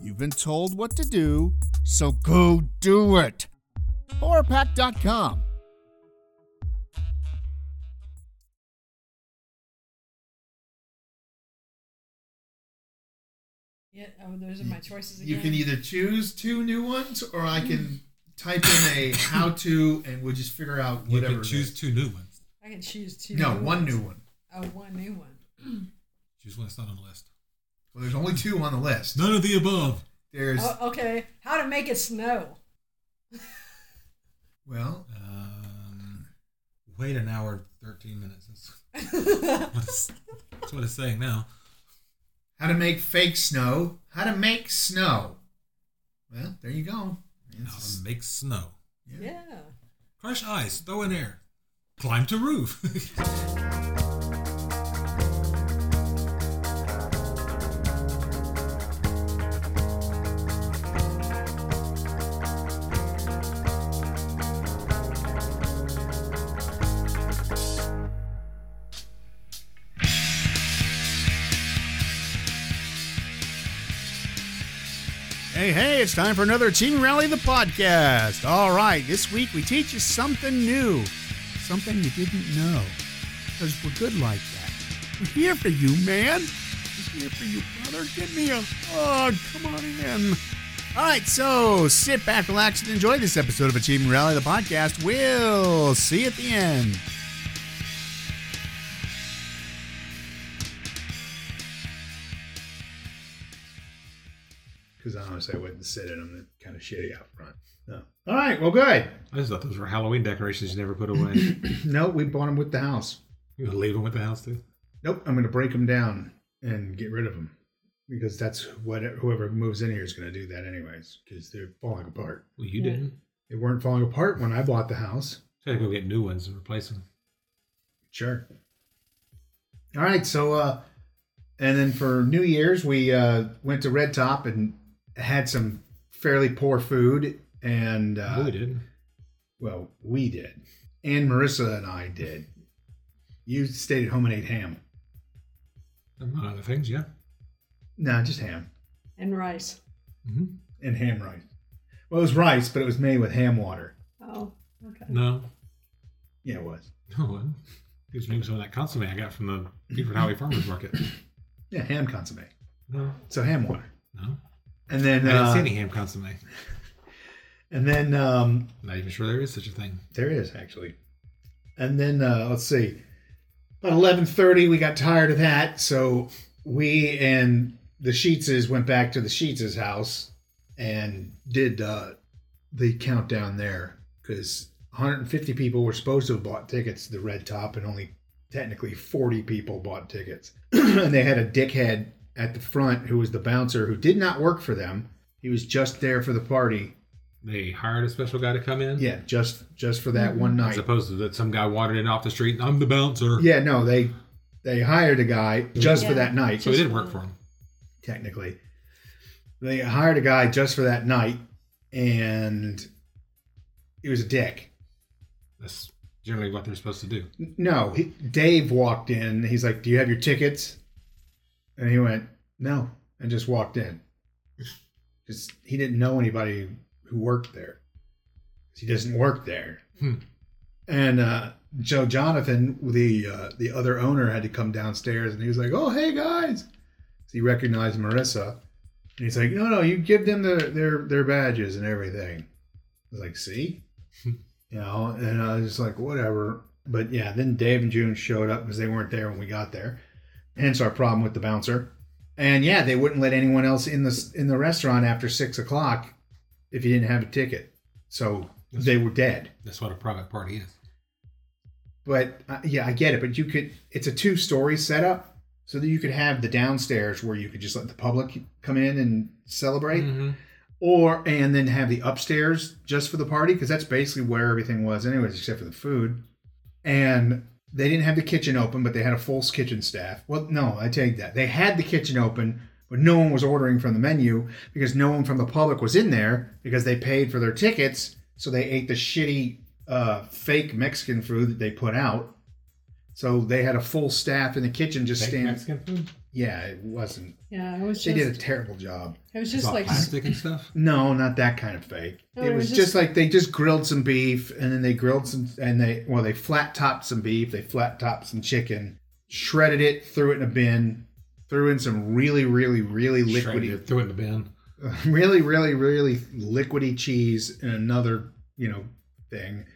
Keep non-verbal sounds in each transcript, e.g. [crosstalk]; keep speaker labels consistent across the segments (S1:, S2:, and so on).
S1: you've been told what to do, so go do it! horrorpack.com.
S2: Yeah, oh, those are my choices again.
S3: You can either choose two new ones, or I can type in a how to, and we'll just figure out
S4: You
S3: whatever.
S4: can
S3: it
S4: choose
S3: is.
S4: two new ones.
S2: I can choose two.
S3: e No, one
S2: ones.
S3: new one.
S2: Oh, one new one.
S4: Choose one that's not on the list.
S3: Well, there's only two on the list.
S4: None of the above.
S3: There's
S2: Oh, okay, how to make it snow?
S3: well,
S4: Um, wait an hour, thirteen minutes. That's what it's, that's what it's saying now.
S3: how to make fake snow. How to make snow. Well, there you go.
S4: How
S3: It's-
S4: to make snow.
S2: Yeah.
S4: Crush ice. Throw in air. Climb to roof. [laughs]
S1: Hey, hey, it's time for another Achieving Rally the podcast. All right, this week we teach you something new, something you didn't know, because we're good like that. We're here for you, man. We're here for you, brother. Give me a hug. Come on in. All right, so sit back, relax, and enjoy this episode of Achieving Rally the podcast. We'll see you at the end.
S3: because honestly, I wouldn't sit in them. They're kind of shitty out front. No. All right. Well, good.
S4: I just thought those were Halloween decorations you never put away. [laughs] you
S3: No, we bought them with the house.
S4: gonna leave them with the house too.
S3: Nope. I'm going to break them down and get rid of them because that's what whoever moves in here is going to do that anyways because they're falling apart.
S4: Well, you didn't.
S3: They weren't falling apart when I bought the house.
S4: So I had to go get new ones and replace them.
S3: Sure. All right. So, uh, and then for New Year's, we uh, went to Red Top and had some fairly poor food. And uh,
S4: no, we didn't.
S3: Well, we did. And Marissa and I did. You stayed at home and ate ham.
S4: Among other things, yeah.
S3: Nah, just ham
S2: And rice.
S4: hmm
S3: and ham rice. Well, it was rice, but it was made with ham water.
S2: Oh, okay.
S4: No,
S3: Yeah, it was.
S4: no one. Gives me some of that consomme I got from the Beaufort Highway Farmers [laughs] Market.
S3: Yeah, ham consomme.
S4: No,
S3: So ham water.
S4: no.
S3: And then,
S4: I didn't see
S3: uh,
S4: any ham consomme.
S3: and then um,
S4: Not even sure there is such a thing.
S3: there is actually. And then uh, let's see. About eleven thirty, we got tired of that, so we and the Sheetses went back to the Sheetses' house and did uh, the countdown there because 150 people were supposed to have bought tickets to the Red Top, and only technically 40 people bought tickets. [clears throat] and they had a dickhead at the front who was the bouncer who did not work for them. He was just there for the party.
S4: They hired a special guy to come in.
S3: Yeah, just just for that one night.
S4: As opposed to that some guy wandered in off the street and I'm the bouncer.
S3: Yeah, no, they they hired a guy just for
S2: Yeah.
S3: that night.
S4: So it didn't work for him.
S3: technically, they hired a guy just for that night, and he was a dick.
S4: That's generally what they're supposed to do.
S3: No, he, Dave walked in. He's like, "Do you have your tickets?" And he went, "No," and just walked in. Just he didn't know anybody who worked there. He doesn't work there.
S4: Hmm.
S3: And uh, Joe Jonathan, the uh, the other owner, had to come downstairs, and he was like, "Oh, hey guys," so he recognized Marissa, and he's like, "No, no, you give them their their their badges and everything." I was like, "See." You know, and I was just like, whatever. But yeah, then Dave and June showed up because they weren't there when we got there. Hence our problem with the bouncer. And yeah, they wouldn't let anyone else in the in the restaurant after six o'clock if you didn't have a ticket. So they were dead.
S4: That's what a private party is.
S3: But uh, yeah, I get it. But you could. It's a two story setup, so that you could have the downstairs where you could just let the public come in and celebrate
S4: Mm-hmm.
S5: Mhm.
S3: or and then have the upstairs just for the party because that's basically where everything was anyways except for the food and they didn't have the kitchen open but they had a full kitchen staff well no i take that they had the kitchen open but no one was ordering from the menu because no one from the public was in there because they paid for their tickets so they ate the shitty uh, fake mexican food that they put out so they had a full staff in the kitchen just
S5: Fake
S3: standing
S5: Mexican food.
S3: yeah it wasn't
S2: Yeah, it was
S3: they did a
S2: just.
S3: terrible job
S2: It was
S5: It's
S2: just
S5: all
S2: like.
S5: plastic and stuff.
S3: no, not that kind of fake.
S2: No,
S3: it
S2: it
S3: was,
S2: was
S3: just, like they just grilled some beef and then they grilled some and they well they flat topped some beef, they flat topped some chicken, shredded it, threw it in a bin, threw in some really really really
S5: Shredded
S3: [laughs] liquidy
S5: it, Threw it in the bin.
S3: [laughs] really really really liquidy cheese in another, you know, thing.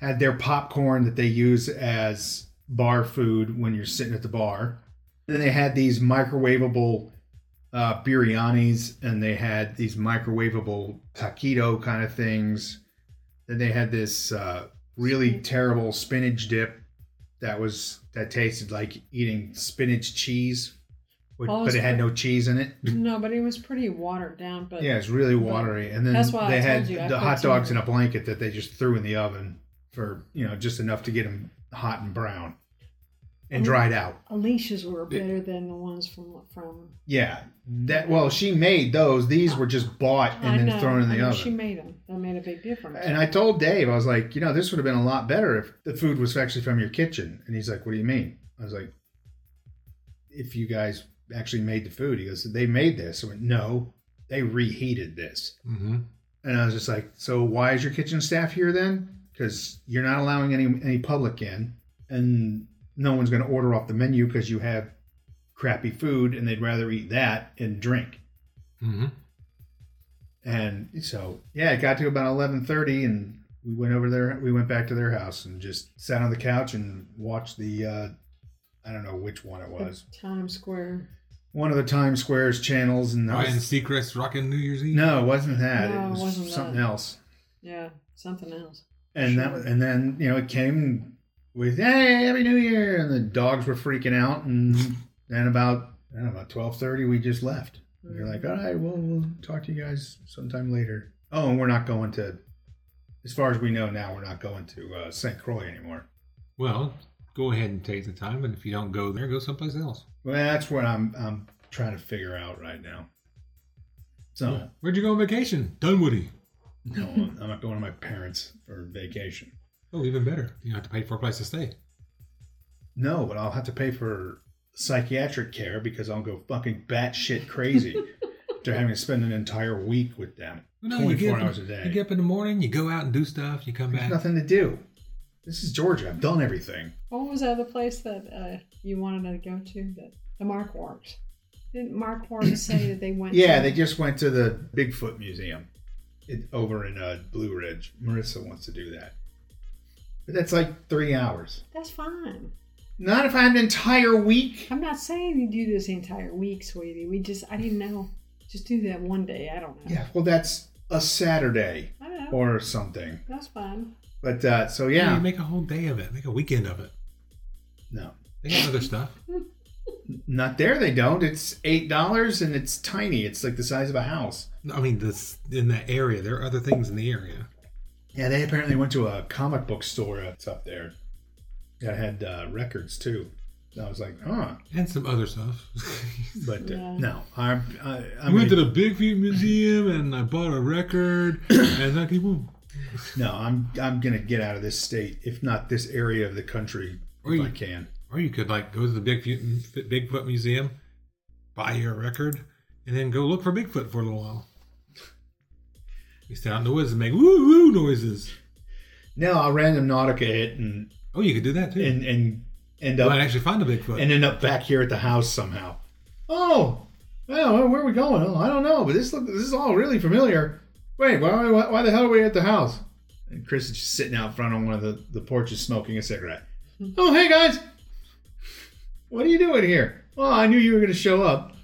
S3: Had their popcorn that they use as bar food when you're sitting at the bar. Then they had these microwavable uh, biryanis, and they had these microwavable taquito kind of things. Then they had this uh, really terrible spinach dip that was that tasted like eating spinach cheese, which,
S2: Oh,
S3: but it had
S2: it's-
S3: no cheese in it.
S2: [laughs] No, but it was pretty watered down. But
S3: Yeah, it's really watery. And then
S2: That's why
S3: they
S2: I
S3: had
S2: told you, I
S3: the
S2: put
S3: hot
S2: two-
S3: dogs in a blanket that they just threw in the oven for you know just enough to get them hot and brown and
S2: Oh.
S3: dried out.
S2: Alicia's were better than the ones from from.
S3: Yeah, that well, she made those. These were just bought and
S2: I
S3: then
S2: know,
S3: thrown in the
S2: I know,
S3: oven.
S2: She made them. That made a big difference.
S3: and I told Dave, I was like, you know, this would have been a lot better if the food was actually from your kitchen. And he's like, what do you mean? I was like, if you guys actually made the food. He goes, they made this. I went, no, they reheated this.
S5: Mm-hmm.
S3: And I was just like, so why is your kitchen staff here then? Because you're not allowing any any public in, and no one's going to order off the menu because you have crappy food, and they'd rather eat that and drink.
S5: Mm-hmm.
S3: And so, yeah, it got to about eleven thirty, and we went over there. We went back to their house and just sat on the couch and watched the. Uh, I don't know which one it was.
S2: Times Square.
S3: One of the Times Square's channels, and that
S5: Ryan
S3: was,
S5: Seacrest rocking New Year's Eve.
S3: no, it wasn't that.
S2: No,
S3: it
S2: it
S3: was
S2: wasn't
S3: something
S2: that.
S3: else.
S2: Yeah, something else.
S3: And that,
S2: Sure.
S3: and then you know it came with hey happy new year and the dogs were freaking out and then about I don't know about twelve thirty we just left. We
S2: Mm.
S3: were like all right well we'll talk to you guys sometime later. Oh and we're not going to as far as we know now we're not going to uh, St Croix anymore.
S5: Well, go ahead and take the time, and if you don't go there, go someplace else.
S3: Well that's what I'm I'm trying to figure out right now. So
S5: Where'd you go on vacation? Dunwoody.
S3: no I'm not going to my parents for vacation.
S5: Oh, even better. You don't have to pay for a place to stay.
S3: No, but I'll have to pay for psychiatric care because I'll go fucking batshit crazy after having to spend an entire week with them.
S5: Well, no, you
S3: 24
S5: get, up,
S3: hours a
S5: in-
S3: day.
S5: you get up in the morning, you go out and do stuff, you come
S3: There's
S5: back.
S3: nothing to do. This is Georgia. I've done everything.
S2: What was the other place that uh, you wanted to go to? That the Mark Marquardt. Didn't Mark Marquardt say that they went?
S3: Yeah,
S2: to-
S3: they just went to the Bigfoot Museum it, over in uh, Blue Ridge. Marissa wants to do that. But that's like three hours.
S2: That's fine.
S3: Not if I have an entire week.
S2: I'm not saying you do this the entire week, sweetie. We just I didn't know. Just do that one day. I don't know.
S3: Yeah, well, that's a Saturday
S2: I know.
S3: or something.
S2: That's fine.
S3: But uh, so,
S5: You
S3: yeah.
S5: make a whole day of it, make a weekend of it.
S3: No.
S5: They got other stuff.
S3: Not there, they don't. It's eight dollars and it's tiny. It's like the size of a house.
S5: I mean, this in that area, there are other things in the area.
S3: Yeah, they apparently went to a comic book store that's up there that had uh, records too. And I was like, huh.
S5: And some other stuff.
S3: But uh,
S2: Yeah.
S3: no, I'm. [laughs] I,
S5: I
S3: I'm
S5: went to
S3: gonna,
S5: the Bigfoot Museum and I bought a
S3: [clears throat]
S5: record and I keep
S3: no, I'm. I'm gonna get out of this state, if not this area of the country,
S5: Or
S3: if
S5: you-
S3: I can.
S5: Or you could like go to the Bigfoot, Bigfoot Museum, buy your record, and then go look for Bigfoot for a little while. You stay out in the woods and make woo woo noises.
S3: No, I'll random Nautica it and
S5: Oh, you could do that too.
S3: and and end
S5: you
S3: up
S5: might actually find a Bigfoot.
S3: and end up back here at the house somehow. Oh, well, where are we going? Oh, I don't know, but this look, this is all really familiar. Wait, why, why, why the hell are we at the house? And Chris is just sitting out front on one of the, the porches smoking a cigarette. Oh, hey guys, what are you doing here? Well, I knew you were going to show up.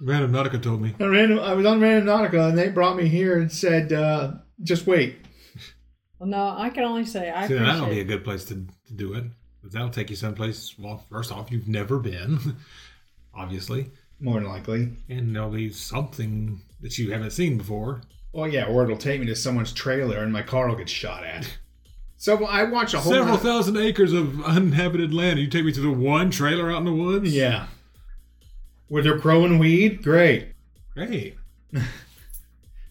S5: Random Nautica told me.
S3: I, random, I was on Random Nautica, and they brought me here and said, uh, just wait.
S2: Well, no, I can only say I
S5: See, now that'll be a
S2: appreciate.
S5: good place to, to do it. But that'll take you someplace. Well, first off, you've never been, [laughs] obviously,
S3: more than likely.
S5: and there'll be something that you haven't seen before.
S3: Well, yeah, or it'll take me to someone's trailer and my car will get shot at. So I watch a whole
S5: Several
S3: lot-
S5: thousand acres of uninhabited land. You take me to the one trailer out in the woods.
S3: Yeah. Where they're growing weed? Great.
S5: great.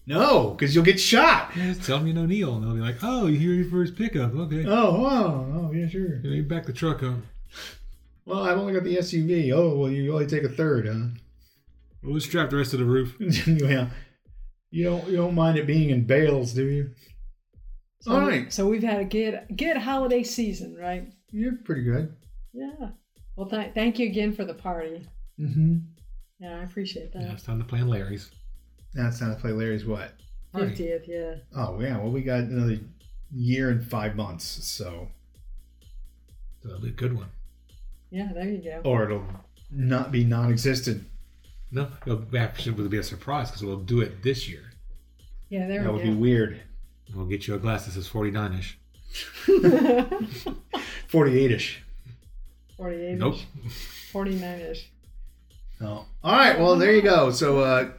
S3: No, because you'll get shot.
S5: Yeah, just tell them you know Neil, and they'll be like, "Oh, you're here for his pickup. Okay,
S3: [laughs] Oh, wow. Oh, yeah, sure.
S5: you know, you back the truck up.
S3: Well, I've only got the SUV. Oh, well, you only take a third, huh? [laughs]
S5: We'll just strap the rest of the roof."
S3: yeah. You don't you don't mind it being in bales, do you?
S2: So,
S3: All right.
S2: So we've had a good good holiday season, right?
S3: You're pretty good.
S2: Yeah. Well, th- thank you again for the party.
S3: Mm-hmm.
S2: Yeah, I appreciate
S5: Now
S2: that.
S5: it's time to plan Larry's.
S3: Now it's time to play Larry's what?
S5: Party.
S2: Fiftieth, yeah.
S3: Oh yeah, well we got another year and five months, so
S5: So that'll be a good one.
S2: Yeah, there you go.
S3: or it'll not be non-existent.
S5: No, it'll actually be a surprise because we'll do it this year.
S2: Yeah, there
S3: That
S2: we
S3: would
S2: go.
S3: be weird.
S5: And we'll get you a glass that says 49ish.
S2: [laughs]
S3: Forty-eight-ish.
S2: 48
S5: Nope.
S2: 49 ish.
S3: Oh. All right. Well, there you go. So, uh,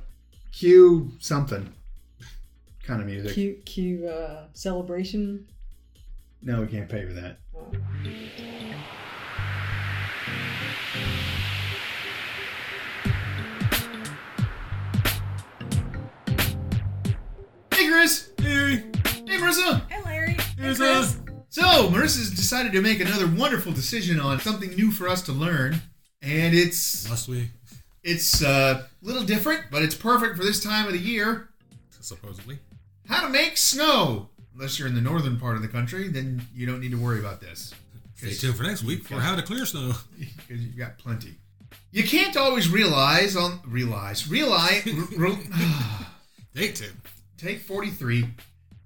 S3: cue something kind of music.
S2: Cute, cute uh, celebration.
S3: No, we can't pay for that.
S2: Uh,
S3: Hey, Chris. Hey. Hey, Marissa.
S6: Hey, Larry.
S5: Here's
S6: Chris.
S3: So, Marissa's decided to make another wonderful decision on something new for us to learn, and it's
S4: Must we?
S3: it's uh, a little different, but it's perfect for this time of the year.
S4: Supposedly.
S3: How to make snow. Unless you're in the northern part of the country, then you don't need to worry about this.
S4: Stay tuned for next week for how to clear snow.
S3: because you got plenty. You can't always realize on realize realize
S4: Take two.
S3: [sighs] take 43.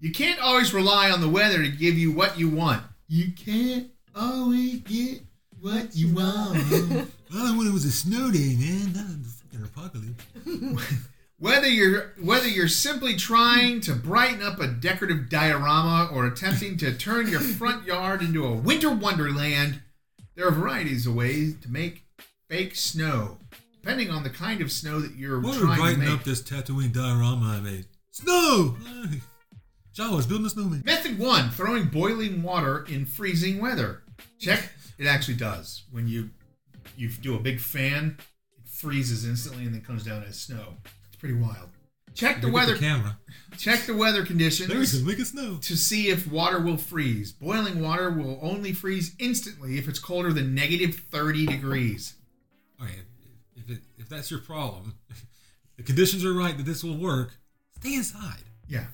S3: You can't always rely on the weather to give you what you want. You can't always get what you
S2: Oh.
S3: want.
S4: Well, I wanted was a snow day, man. Not a fucking apocalypse.
S3: whether you're whether you're simply trying to brighten up a decorative diorama or attempting to turn your front yard into a winter wonderland, there are varieties of ways to make fake snow, depending on the kind of snow that you're
S4: What would
S3: trying to
S4: brighten
S3: make.
S4: up this Tatooine diorama I made? Snow! [laughs] Hey. Jawa's building a snowman.
S3: Method one: throwing boiling water in freezing weather. Check. It actually does. When you you do a big fan, it freezes instantly and then comes down as snow. It's pretty wild. Check the
S4: Look at
S3: weather.
S4: camera.
S3: check the weather
S4: There is
S3: conditions
S4: a make it snow.
S3: to see if water will freeze. Boiling water will only freeze instantly if it's colder than negative 30 degrees.
S4: All right, if, if, it, if that's your problem, [laughs] the conditions are right that this will work, stay inside.
S3: Yeah.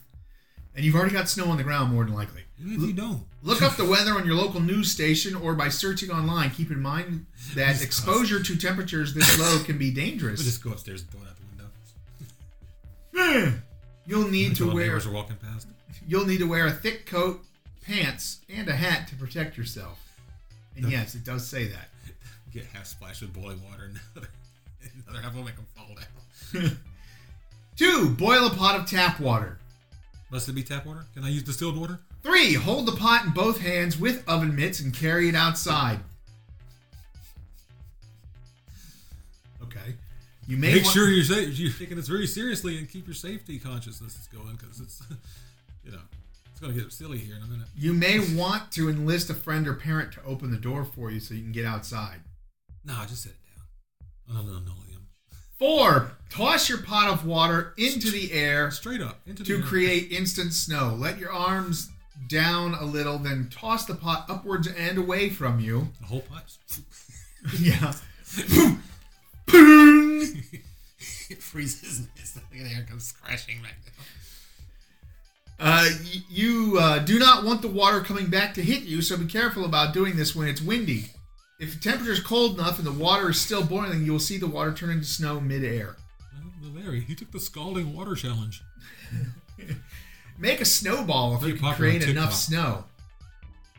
S3: And you've already got snow on the ground more than likely.
S4: Even if you don't.
S3: Look up the weather on your local news station or by searching online. Keep in mind that exposure to temperatures this low can be
S4: We'll
S3: dangerous.
S4: just go upstairs and throw it out the window.
S3: [laughs] You'll need to
S4: Until
S3: wear
S4: neighbors are walking past.
S3: you'll need to wear a thick coat, pants, and a hat to protect yourself. And yes, it does say that. [laughs]
S4: Get half splashed with boiling water and [laughs] another, another half will make them fall down.
S3: Two, boil a pot of tap water.
S4: Must it be tap water? Can I use distilled water?
S3: Three, hold the pot in both hands with oven mitts and carry it outside. Okay. You may
S4: Make
S3: wa-
S4: sure you're, sa- you're taking this very seriously and keep your safety consciousness going because it's, [laughs] you know, it's going to get silly here in a minute.
S3: You may want to enlist a friend or parent to open the door for you so you can get outside.
S4: Nah, just set it down. Oh, no, no, no, Liam.
S3: Four, toss your pot of water into the air
S4: Straight up. Into the
S3: to
S4: air.
S3: create instant snow. Let your arms down a little, then toss the pot upwards and away from you.
S4: The whole pot.
S3: yeah. [laughs] Boom.
S4: [laughs] it freezes and it's the air comes [laughs] crashing right now.
S3: Uh, y- you uh, do not want the water coming back to hit you, so be careful about doing this when it's windy. If the temperature is cold enough and the water is still boiling, you will see the water turn into snow midair.
S4: Well, the Larry, he took the scalding water challenge.
S3: Make a snowball if
S4: Very
S3: you can
S4: popular on
S3: create enough
S4: TikTok.
S3: snow.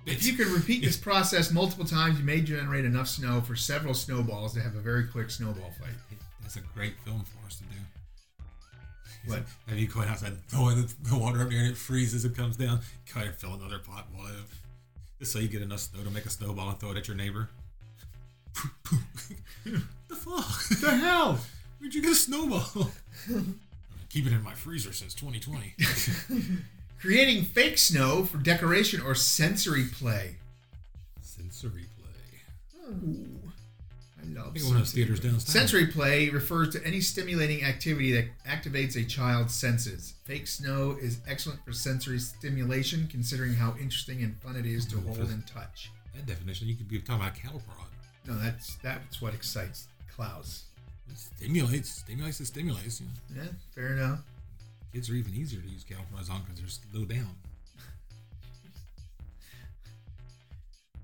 S3: If you can repeat this process multiple times, you may generate enough snow for several snowballs to have a very quick snowball fight.
S4: That's a great film for us to do.
S3: What?
S4: Have you going outside, throwing the, the water up there and it freezes and comes down? Go ahead and fill another pot while it- just so you get enough snow to make a snowball and throw it at your neighbor. [laughs] the fuck? [laughs]
S7: the hell?
S4: Where'd you get a snowball? [laughs] Keep it in my freezer since 2020.
S3: Creating fake snow for decoration or sensory play.
S4: [laughs] Sensory play.
S3: Hmm. I love
S4: I think one of those
S3: sensory
S4: theaters
S3: play.
S4: downstairs.
S3: Sensory play refers to any stimulating activity that activates a child's senses. Fake snow is excellent for sensory stimulation, considering how interesting and fun it is to
S4: Mm-hmm.
S3: hold and touch.
S4: That definition, you could be talking about cattle prod.
S3: No, that's that's what excites Klaus.
S4: It stimulates, stimulates, it stimulates. You know,
S3: Yeah, fair enough.
S4: kids are even easier to use cattle prods on because they're s- low down.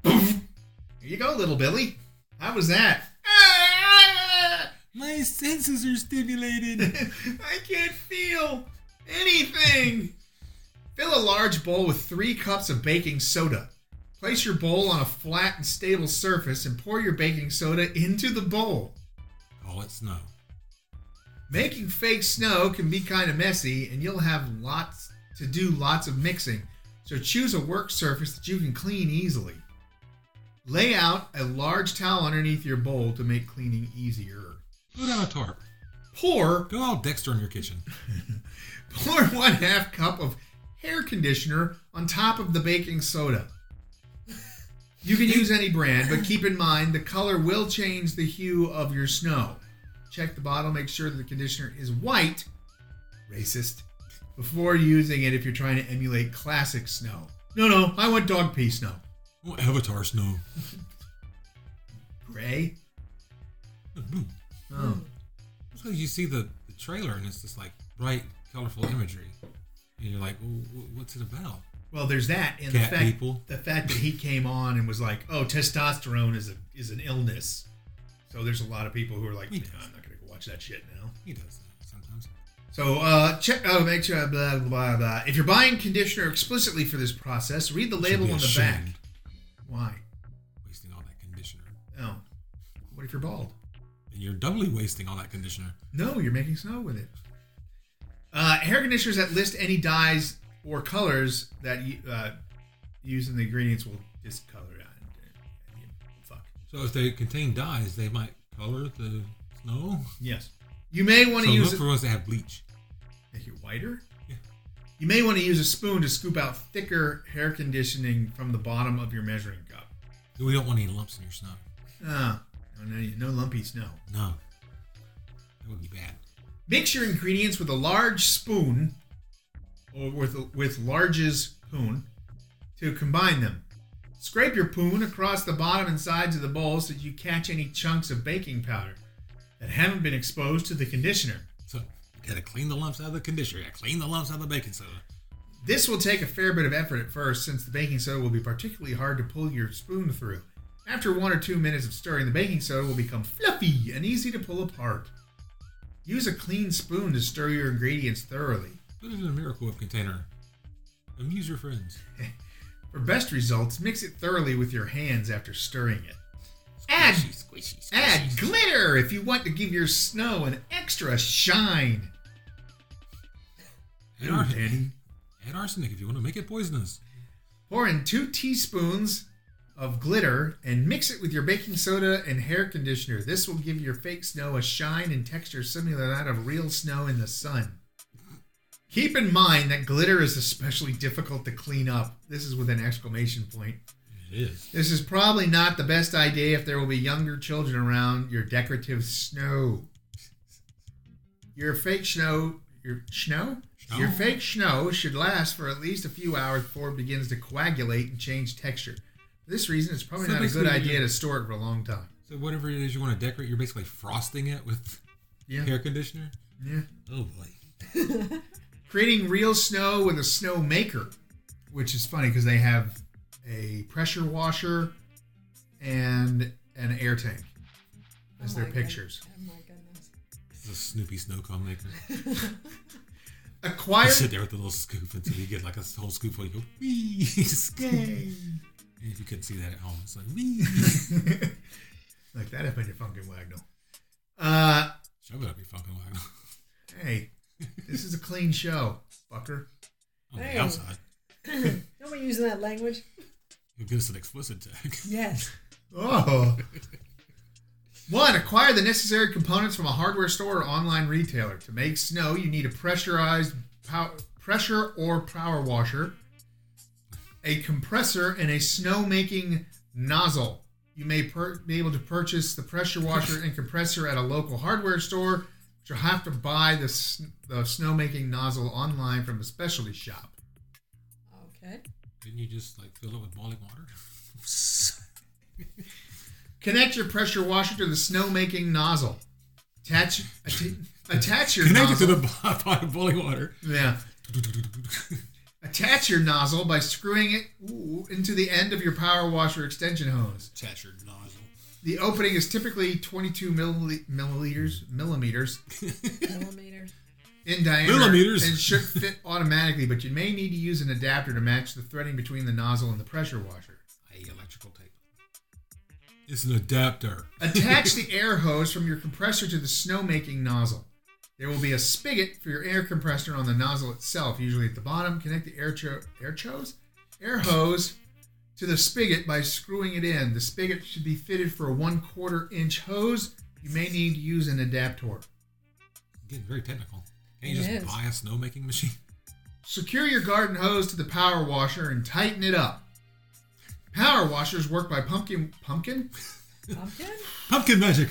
S3: Here you go, little Billy. How was that? Ah!
S4: My senses are [laughs] stimulated.
S3: [laughs] I can't feel anything. Fill a large bowl with three cups of baking soda. Place your bowl on a flat and stable surface and pour your baking soda into the bowl.
S4: All it Oh, snow.
S3: Making fake snow can be kind of messy, and you'll have lots to do lots of mixing. So choose a work surface that you can clean easily. Lay out a large towel underneath your bowl to make cleaning easier.
S4: Put down a tarp.
S3: Pour
S4: Go all Dexter in your kitchen.
S3: Pour [laughs] one half cup of hair conditioner on top of the baking soda. You can use any brand, but keep in mind the color will change the hue of your snow. Check the bottle, make sure that the conditioner is white, racist, before using it if you're trying to emulate classic snow. No, no, I want dog pee snow.
S4: Oh, Avatar snow.
S3: Gray?
S4: Boom.
S2: [laughs]
S3: Oh.
S4: So Hmm. you see the, the trailer and it's just like bright, colorful imagery, and you're like, well, wh- what's it about?
S3: Well, there's that, and
S4: Cat
S3: the fact
S4: people.
S3: the fact that he came on and was like, "Oh, testosterone is a is an illness," so there's a lot of people who are like,
S4: We
S3: "No,
S4: know.
S3: I'm not gonna go watch that shit now."
S4: He does that sometimes.
S3: So uh, check. Oh, make sure. Blah blah blah. If you're buying conditioner explicitly for this process, read the label
S4: Should be
S3: on the
S4: ashamed
S3: back. Why?
S4: Wasting all that conditioner,
S3: Oh, what if you're bald?
S4: and you're doubly wasting all that conditioner.
S3: No, you're making snow with it. Uh, hair conditioners that list any dyes or colors that you uh, use in the ingredients will discolor it. Fuck.
S4: So if they contain dyes, they might color the snow.
S3: Yes. You may want
S4: So
S3: to use
S4: look
S3: it,
S4: for ones that have bleach.
S3: make it whiter.
S4: Yeah.
S3: You may want to use a spoon to scoop out thicker hair conditioning from the bottom of your measuring cup.
S4: We don't want any lumps in your snow.
S3: Ah, no, no, no lumpy snow.
S4: No, that would be bad.
S3: Mix your ingredients with a large spoon, or with with larges spoon, to combine them. Scrape your poon across the bottom and sides of the bowl so that you catch any chunks of baking powder that haven't been exposed to the conditioner.
S4: So you gotta clean the lumps out of the conditioner. You gotta clean the lumps out of the baking soda.
S3: This will take a fair bit of effort at first, since the baking soda will be particularly hard to pull your spoon through. After one or two minutes of stirring, the baking soda will become fluffy and easy to pull apart. Use a clean spoon to stir your ingredients thoroughly.
S4: Put it in a miracle whip container. Amuse your friends.
S3: For best results, mix it thoroughly with your hands after stirring it. Add-
S4: Squishy, squishy, squishy.
S3: Add glitter if you want to give your snow an extra shine.
S4: Add arsenic. Add arsenic if you want to make it poisonous.
S3: Pour in two teaspoons of glitter and mix it with your baking soda and hair conditioner. This will give your fake snow a shine and texture similar to that of real snow in the sun. Keep in mind that glitter is especially difficult to clean up. This is with an exclamation point.
S4: It is.
S3: This is probably not the best idea if there will be younger children around your decorative snow. Your fake snow, your snow?
S4: Snow.
S3: Your fake snow should last for at least a few hours before it begins to coagulate and change texture. For this reason, it's probably
S4: So
S3: not a good
S4: basically
S3: idea
S4: you-
S3: to store it for a long time.
S4: So whatever it is you want to decorate, you're basically frosting it with
S3: Yeah.
S4: hair conditioner.
S3: Yeah.
S4: Oh boy.
S3: Creating real snow with a snow maker, which is funny because they have a pressure washer and an air tank as
S2: Oh
S3: their
S2: my goodness.
S3: pictures.
S2: Oh my goodness.
S4: This is a Snoopy snow cone maker. You
S3: Acquire
S4: sit there with a little scoop until you get like a whole scoopful. You go wee. scoop. And if you couldn't see that at home, it's like wee.
S3: [laughs] like that if I did Funkin' Wagnall. Uh,
S4: Shove it up your fucking wagon.
S3: hey, this is a clean show, fucker.
S4: On
S2: Hey.
S4: the outside,
S2: Oh [laughs] Don't we use that language?
S4: you'll get us an explicit tag.
S2: Yes.
S3: Oh, One, acquire the necessary components from a hardware store or online retailer. To make snow, you need a pressurized pow- pressure or power washer, a compressor, and a snow making nozzle. You may per- be able to purchase the pressure washer and compressor at a local hardware store, but you'll have to buy the, s- the snow making nozzle online from a specialty shop.
S2: Okay.
S4: Didn't you just like fill it with boiling
S3: [laughs]
S4: water?
S3: Connect your pressure washer to the snow making nozzle. Attach, atta- attach your
S4: Connect
S3: nozzle.
S4: it to the bo- [laughs] pot of boiling water.
S3: Yeah. Attach your nozzle by screwing it ooh, into the end of your power washer extension hose.
S4: Attach your nozzle.
S3: The opening is typically 22 millil- milliliters millimeters
S2: Millimeter.
S3: in diameter
S4: Millimeters.
S3: and should fit automatically, but you may need to use an adapter to match the threading between the nozzle and the pressure washer.
S4: Hey, electrical tape. It's an adapter.
S3: Attach
S4: [laughs]
S3: the air hose from your compressor to the snowmaking nozzle. There will be a spigot for your air compressor on the nozzle itself, usually at the bottom. Connect the air cho- air chose air hose to the spigot by screwing it in. The spigot should be fitted for a one quarter inch hose. You may need to use an adapter.
S4: Again, very technical. Can't
S2: It
S4: you just
S2: is.
S4: buy a snowmaking machine? [laughs]
S3: Secure your garden hose to the power washer and tighten it up. Power washers work by pumpkin pumpkin.
S2: Pumpkin?
S4: Pumpkin magic.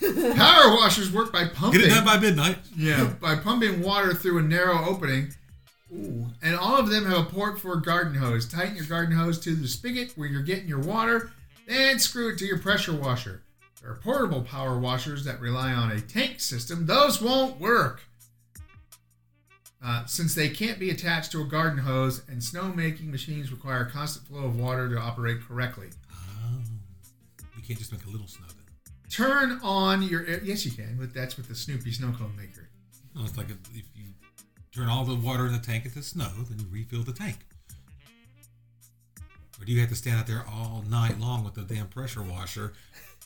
S3: Power washers work by pumping.
S4: Get it done by midnight.
S3: Yeah, by pumping water through a narrow opening. Ooh. And all of them have a port for a garden hose. Tighten your garden hose to the spigot where you're getting your water, then screw it to your pressure washer. There are portable power washers that rely on a tank system. Those won't work. Uh, since they can't be attached to a garden hose, and snowmaking machines require constant flow of water to operate correctly.
S4: Oh, you can't just make a little snow then.
S3: Turn on your air. Yes, you can, but that's with the Snoopy snow cone maker.
S4: No, it's like if, if you turn all the water in the tank into snow, then you refill the tank. Or do you have to stand out there all night long with the damn pressure washer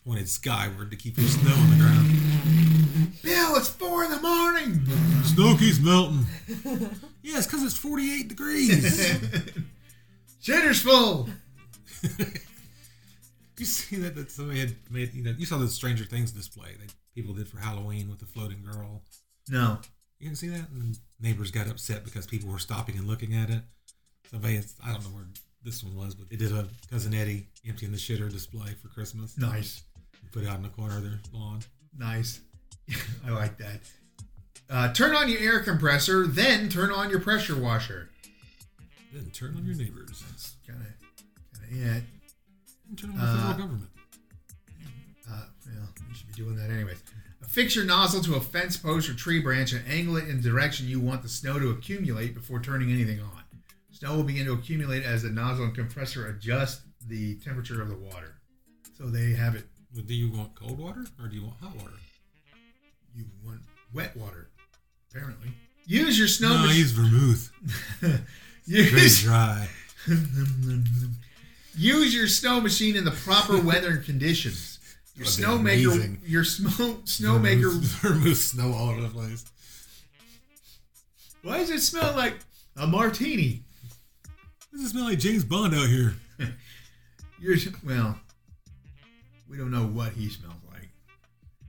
S4: pointed skyward to keep your snow on the ground?
S3: Bill, it's four in the morning.
S4: Snow keeps melting. Yeah, it's because it's 48 degrees.
S3: Shitter's full.
S4: you see that, that somebody had made, you know, you saw the Stranger Things display that people did for Halloween with the floating girl.
S3: No.
S4: You didn't see that? And the neighbors got upset because people were stopping and looking at it. Somebody, I don't know where this one was, but they did a Cousin Eddie emptying the shitter display for Christmas.
S3: Nice.
S4: Put it out in the corner of their lawn.
S3: Nice. [laughs] I like that. Uh, turn on your air compressor, then turn on your pressure washer.
S4: Then turn on your neighbors.
S3: Kind of, kind of it.
S4: And turn on the federal
S3: Uh,
S4: government.
S3: Uh, well, you should be doing that anyways. Affix your nozzle to a fence post or tree branch and angle it in the direction you want the snow to accumulate before turning anything on. Snow will begin to accumulate as the nozzle and compressor adjust the temperature of the water. So they have it.
S4: Well, do you want cold water or do you want hot water?
S3: You want wet water, apparently. Use your snow.
S4: No, I use
S3: [laughs]
S4: vermouth. Very
S3: use,
S4: dry.
S3: Use your snow machine in the
S4: [laughs]
S3: proper weather and conditions. Your
S4: That'd be
S3: snowmaker,
S4: amazing.
S3: your snow snowmaker.
S4: Vermouth, [laughs] vermouth snow all over the place.
S3: Why does it smell like a martini?
S4: This is smell like James Bond out here.
S3: Your well, we don't know what he smells like.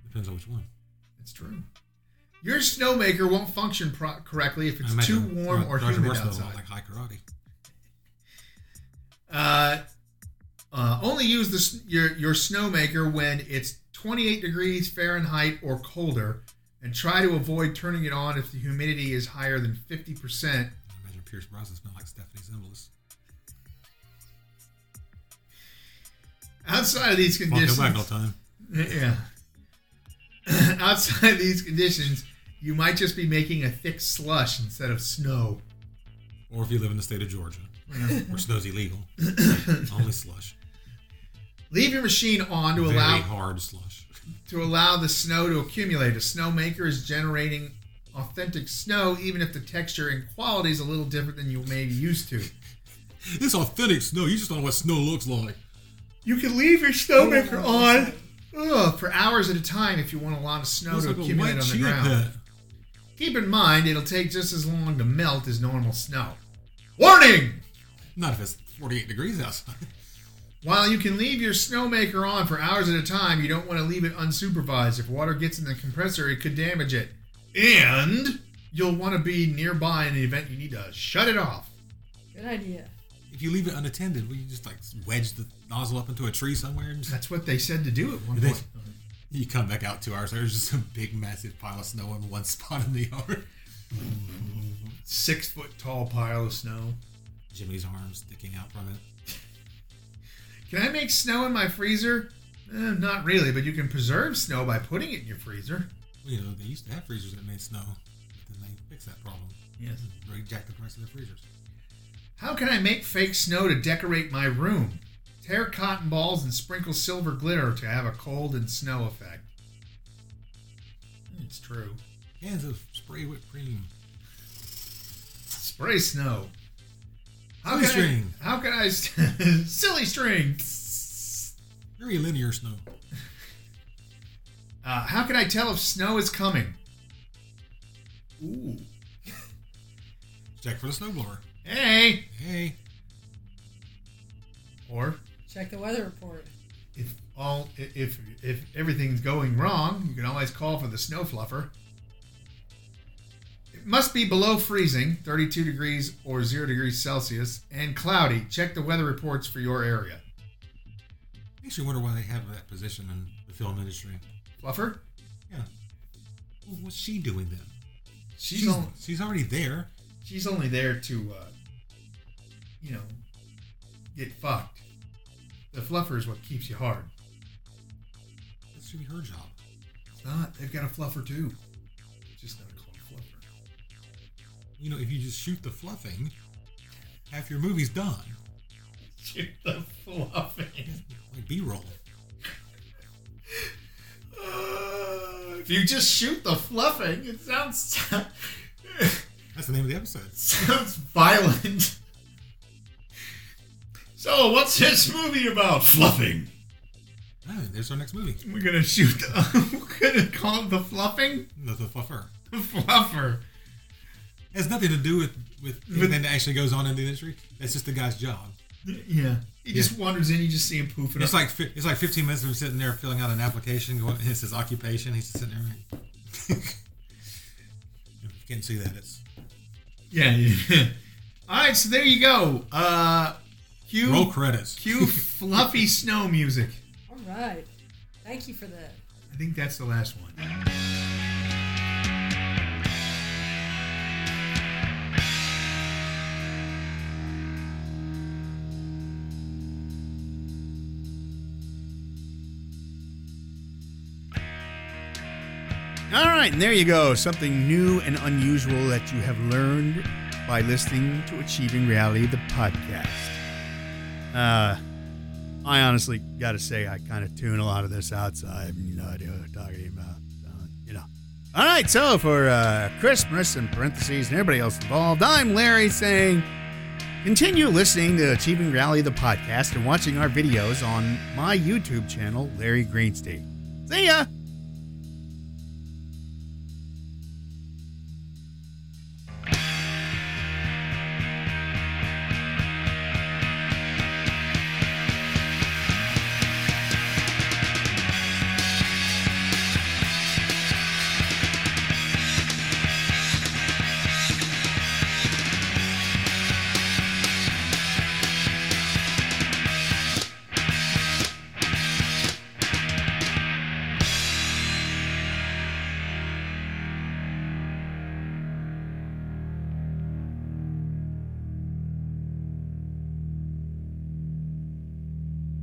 S4: Depends on which one.
S3: It's true. Your snowmaker won't function pro- correctly if
S4: I
S3: it's too
S4: imagine
S3: warm or
S4: Roger
S3: humid
S4: Moore smells a
S3: outside.
S4: lot Like high karate.
S3: Uh, uh, only use the, s- your your snowmaker when it's 28 degrees Fahrenheit or colder, and try to avoid turning it on if the humidity is higher than 50 percent.
S4: I imagine Pierce Brosnan smells like Stephanie Zimbalist.
S3: Outside of these
S4: Funko
S3: conditions,
S4: Wagnall time.
S3: [laughs] yeah. [laughs] Outside of these conditions, you might just be making a thick slush instead of snow.
S4: Or if you live in the state of Georgia, where
S3: [coughs]
S4: snow's illegal, only slush.
S3: Leave your machine on to
S4: Very
S3: allow
S4: hard slush.
S3: to allow the snow to accumulate. A snowmaker is generating authentic snow, even if the texture and quality is a little different than you may be used to.
S4: It's authentic snow. You just don't know what snow looks like.
S3: You can leave your snowmaker
S4: Oh,
S3: on ugh, for hours at a time if you want a lot of snow
S4: It's
S3: to
S4: like a
S3: accumulate
S4: white
S3: on the
S4: chia
S3: ground.
S4: pet.
S3: Keep in mind, it'll take just as long to melt as normal snow. Warning!
S4: Not if it's 48 degrees outside.
S3: While you can leave your snowmaker on for hours at a time, you don't want to leave it unsupervised. If water gets in the compressor, it could damage it. And you'll want to be nearby in the event you need to shut it off.
S2: Good idea.
S4: If you leave it unattended, will you just like wedge the nozzle up into a tree somewhere and
S3: [laughs]
S4: just,
S3: That's what they said to do at one
S4: They-
S3: point.
S4: you come back out two hours later? There's just a big, massive pile of snow in one [laughs] spot in the yard.
S3: Six foot tall pile of snow.
S4: Jimmy's arm sticking out from it.
S3: Can I make snow in my freezer? Eh, not really, but you can preserve snow by putting it in your freezer.
S4: Well, you know, they used to have freezers that made snow, but then they fixed that problem.
S3: Yes.
S4: They jacked the price of the freezers.
S3: How can I make fake snow to decorate my room? Tear cotton balls and sprinkle silver glitter to have a cold and snow effect. It's true.
S4: Cans of spray whipped cream.
S3: Spray snow. How
S4: Silly
S3: can
S4: string.
S3: I, how can I? St- [laughs] silly string.
S4: Very linear snow.
S3: Uh, how can I tell if snow is coming? Ooh.
S4: Check for the snowblower.
S3: Hey.
S4: Hey,
S3: Or
S2: Check the weather report.
S3: if all i- if if everything's going wrong, you can always call for the snow fluffer. It must be below freezing, 32 degrees or 0 degrees Celsius, and cloudy. Check the weather reports for your area.
S4: makes you wonder why they have that position in the film industry.
S3: Fluffer?
S4: Yeah. Well, what's she doing then?
S3: She's
S4: she's,
S3: on-
S4: she's already there.
S3: She's only there to uh, you know, get fucked. The fluffer is what keeps you hard.
S4: That should be her job.
S3: It's not. They've got a fluffer too. It's just not called fluffer. [laughs]
S4: You know, if you just shoot the fluffing, half your movie's done.
S3: Shoot the fluffing.
S4: Like B-roll.
S3: if you just shoot the fluffing, it sounds [laughs]
S4: That's the name of the episode.
S3: sounds violent. So, what's this movie about? Fluffing.
S4: Ah, there's our next movie.
S3: We're gonna shoot. The, [laughs] we're gonna call it the fluffing,
S4: The, the fluffer.
S3: the fluffer.
S4: It has nothing to do with with anything that actually goes on in the industry. That's just the guy's job.
S3: Yeah. He just wanders in. You just see him poofing.
S4: It's
S3: up.
S4: like fi- it's like 15 minutes of him sitting there filling out an application. Going, it's his occupation. He's just sitting there. [laughs] like- if you can't see that, it's
S3: yeah. yeah. All right. So there you go. Uh, cue
S4: roll credits.
S3: cue fluffy snow music.
S2: All right. Thank you for that.
S3: I think that's the last one. All right, and there you go. Something new and unusual that you have learned by listening to Achieving Reality, the podcast. Uh, I honestly got to say, I kind of tune a lot of this out, so I have no idea what they're talking about. So, you know. All right, so for uh, Christmas and parentheses and everybody else involved, I'm Larry saying continue listening to Achieving Rally, the podcast, and watching our videos on my YouTube channel, Larry Greenstein. See ya!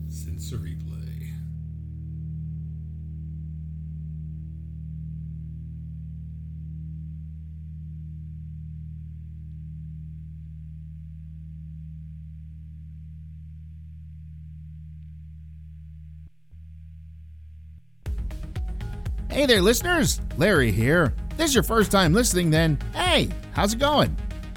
S4: Sensory play.
S8: Hey there, listeners. Larry here. If this is your first time listening, then hey, how's it going?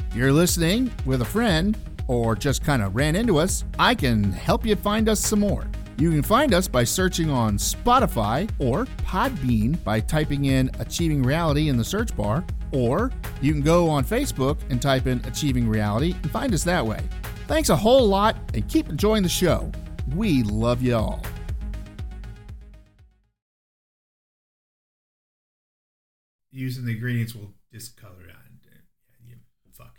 S8: If you're listening with a friend or just kind of ran into us, I can help you find us some more. You can find us by searching on Spotify or Podbean by typing in Achieving Reality in the search bar, or you can go on Facebook and type in Achieving Reality and find us that way. Thanks a whole lot and keep enjoying the show.
S9: We love y'all.
S3: Using the ingredients will discolor it. Yeah, you- Fuck.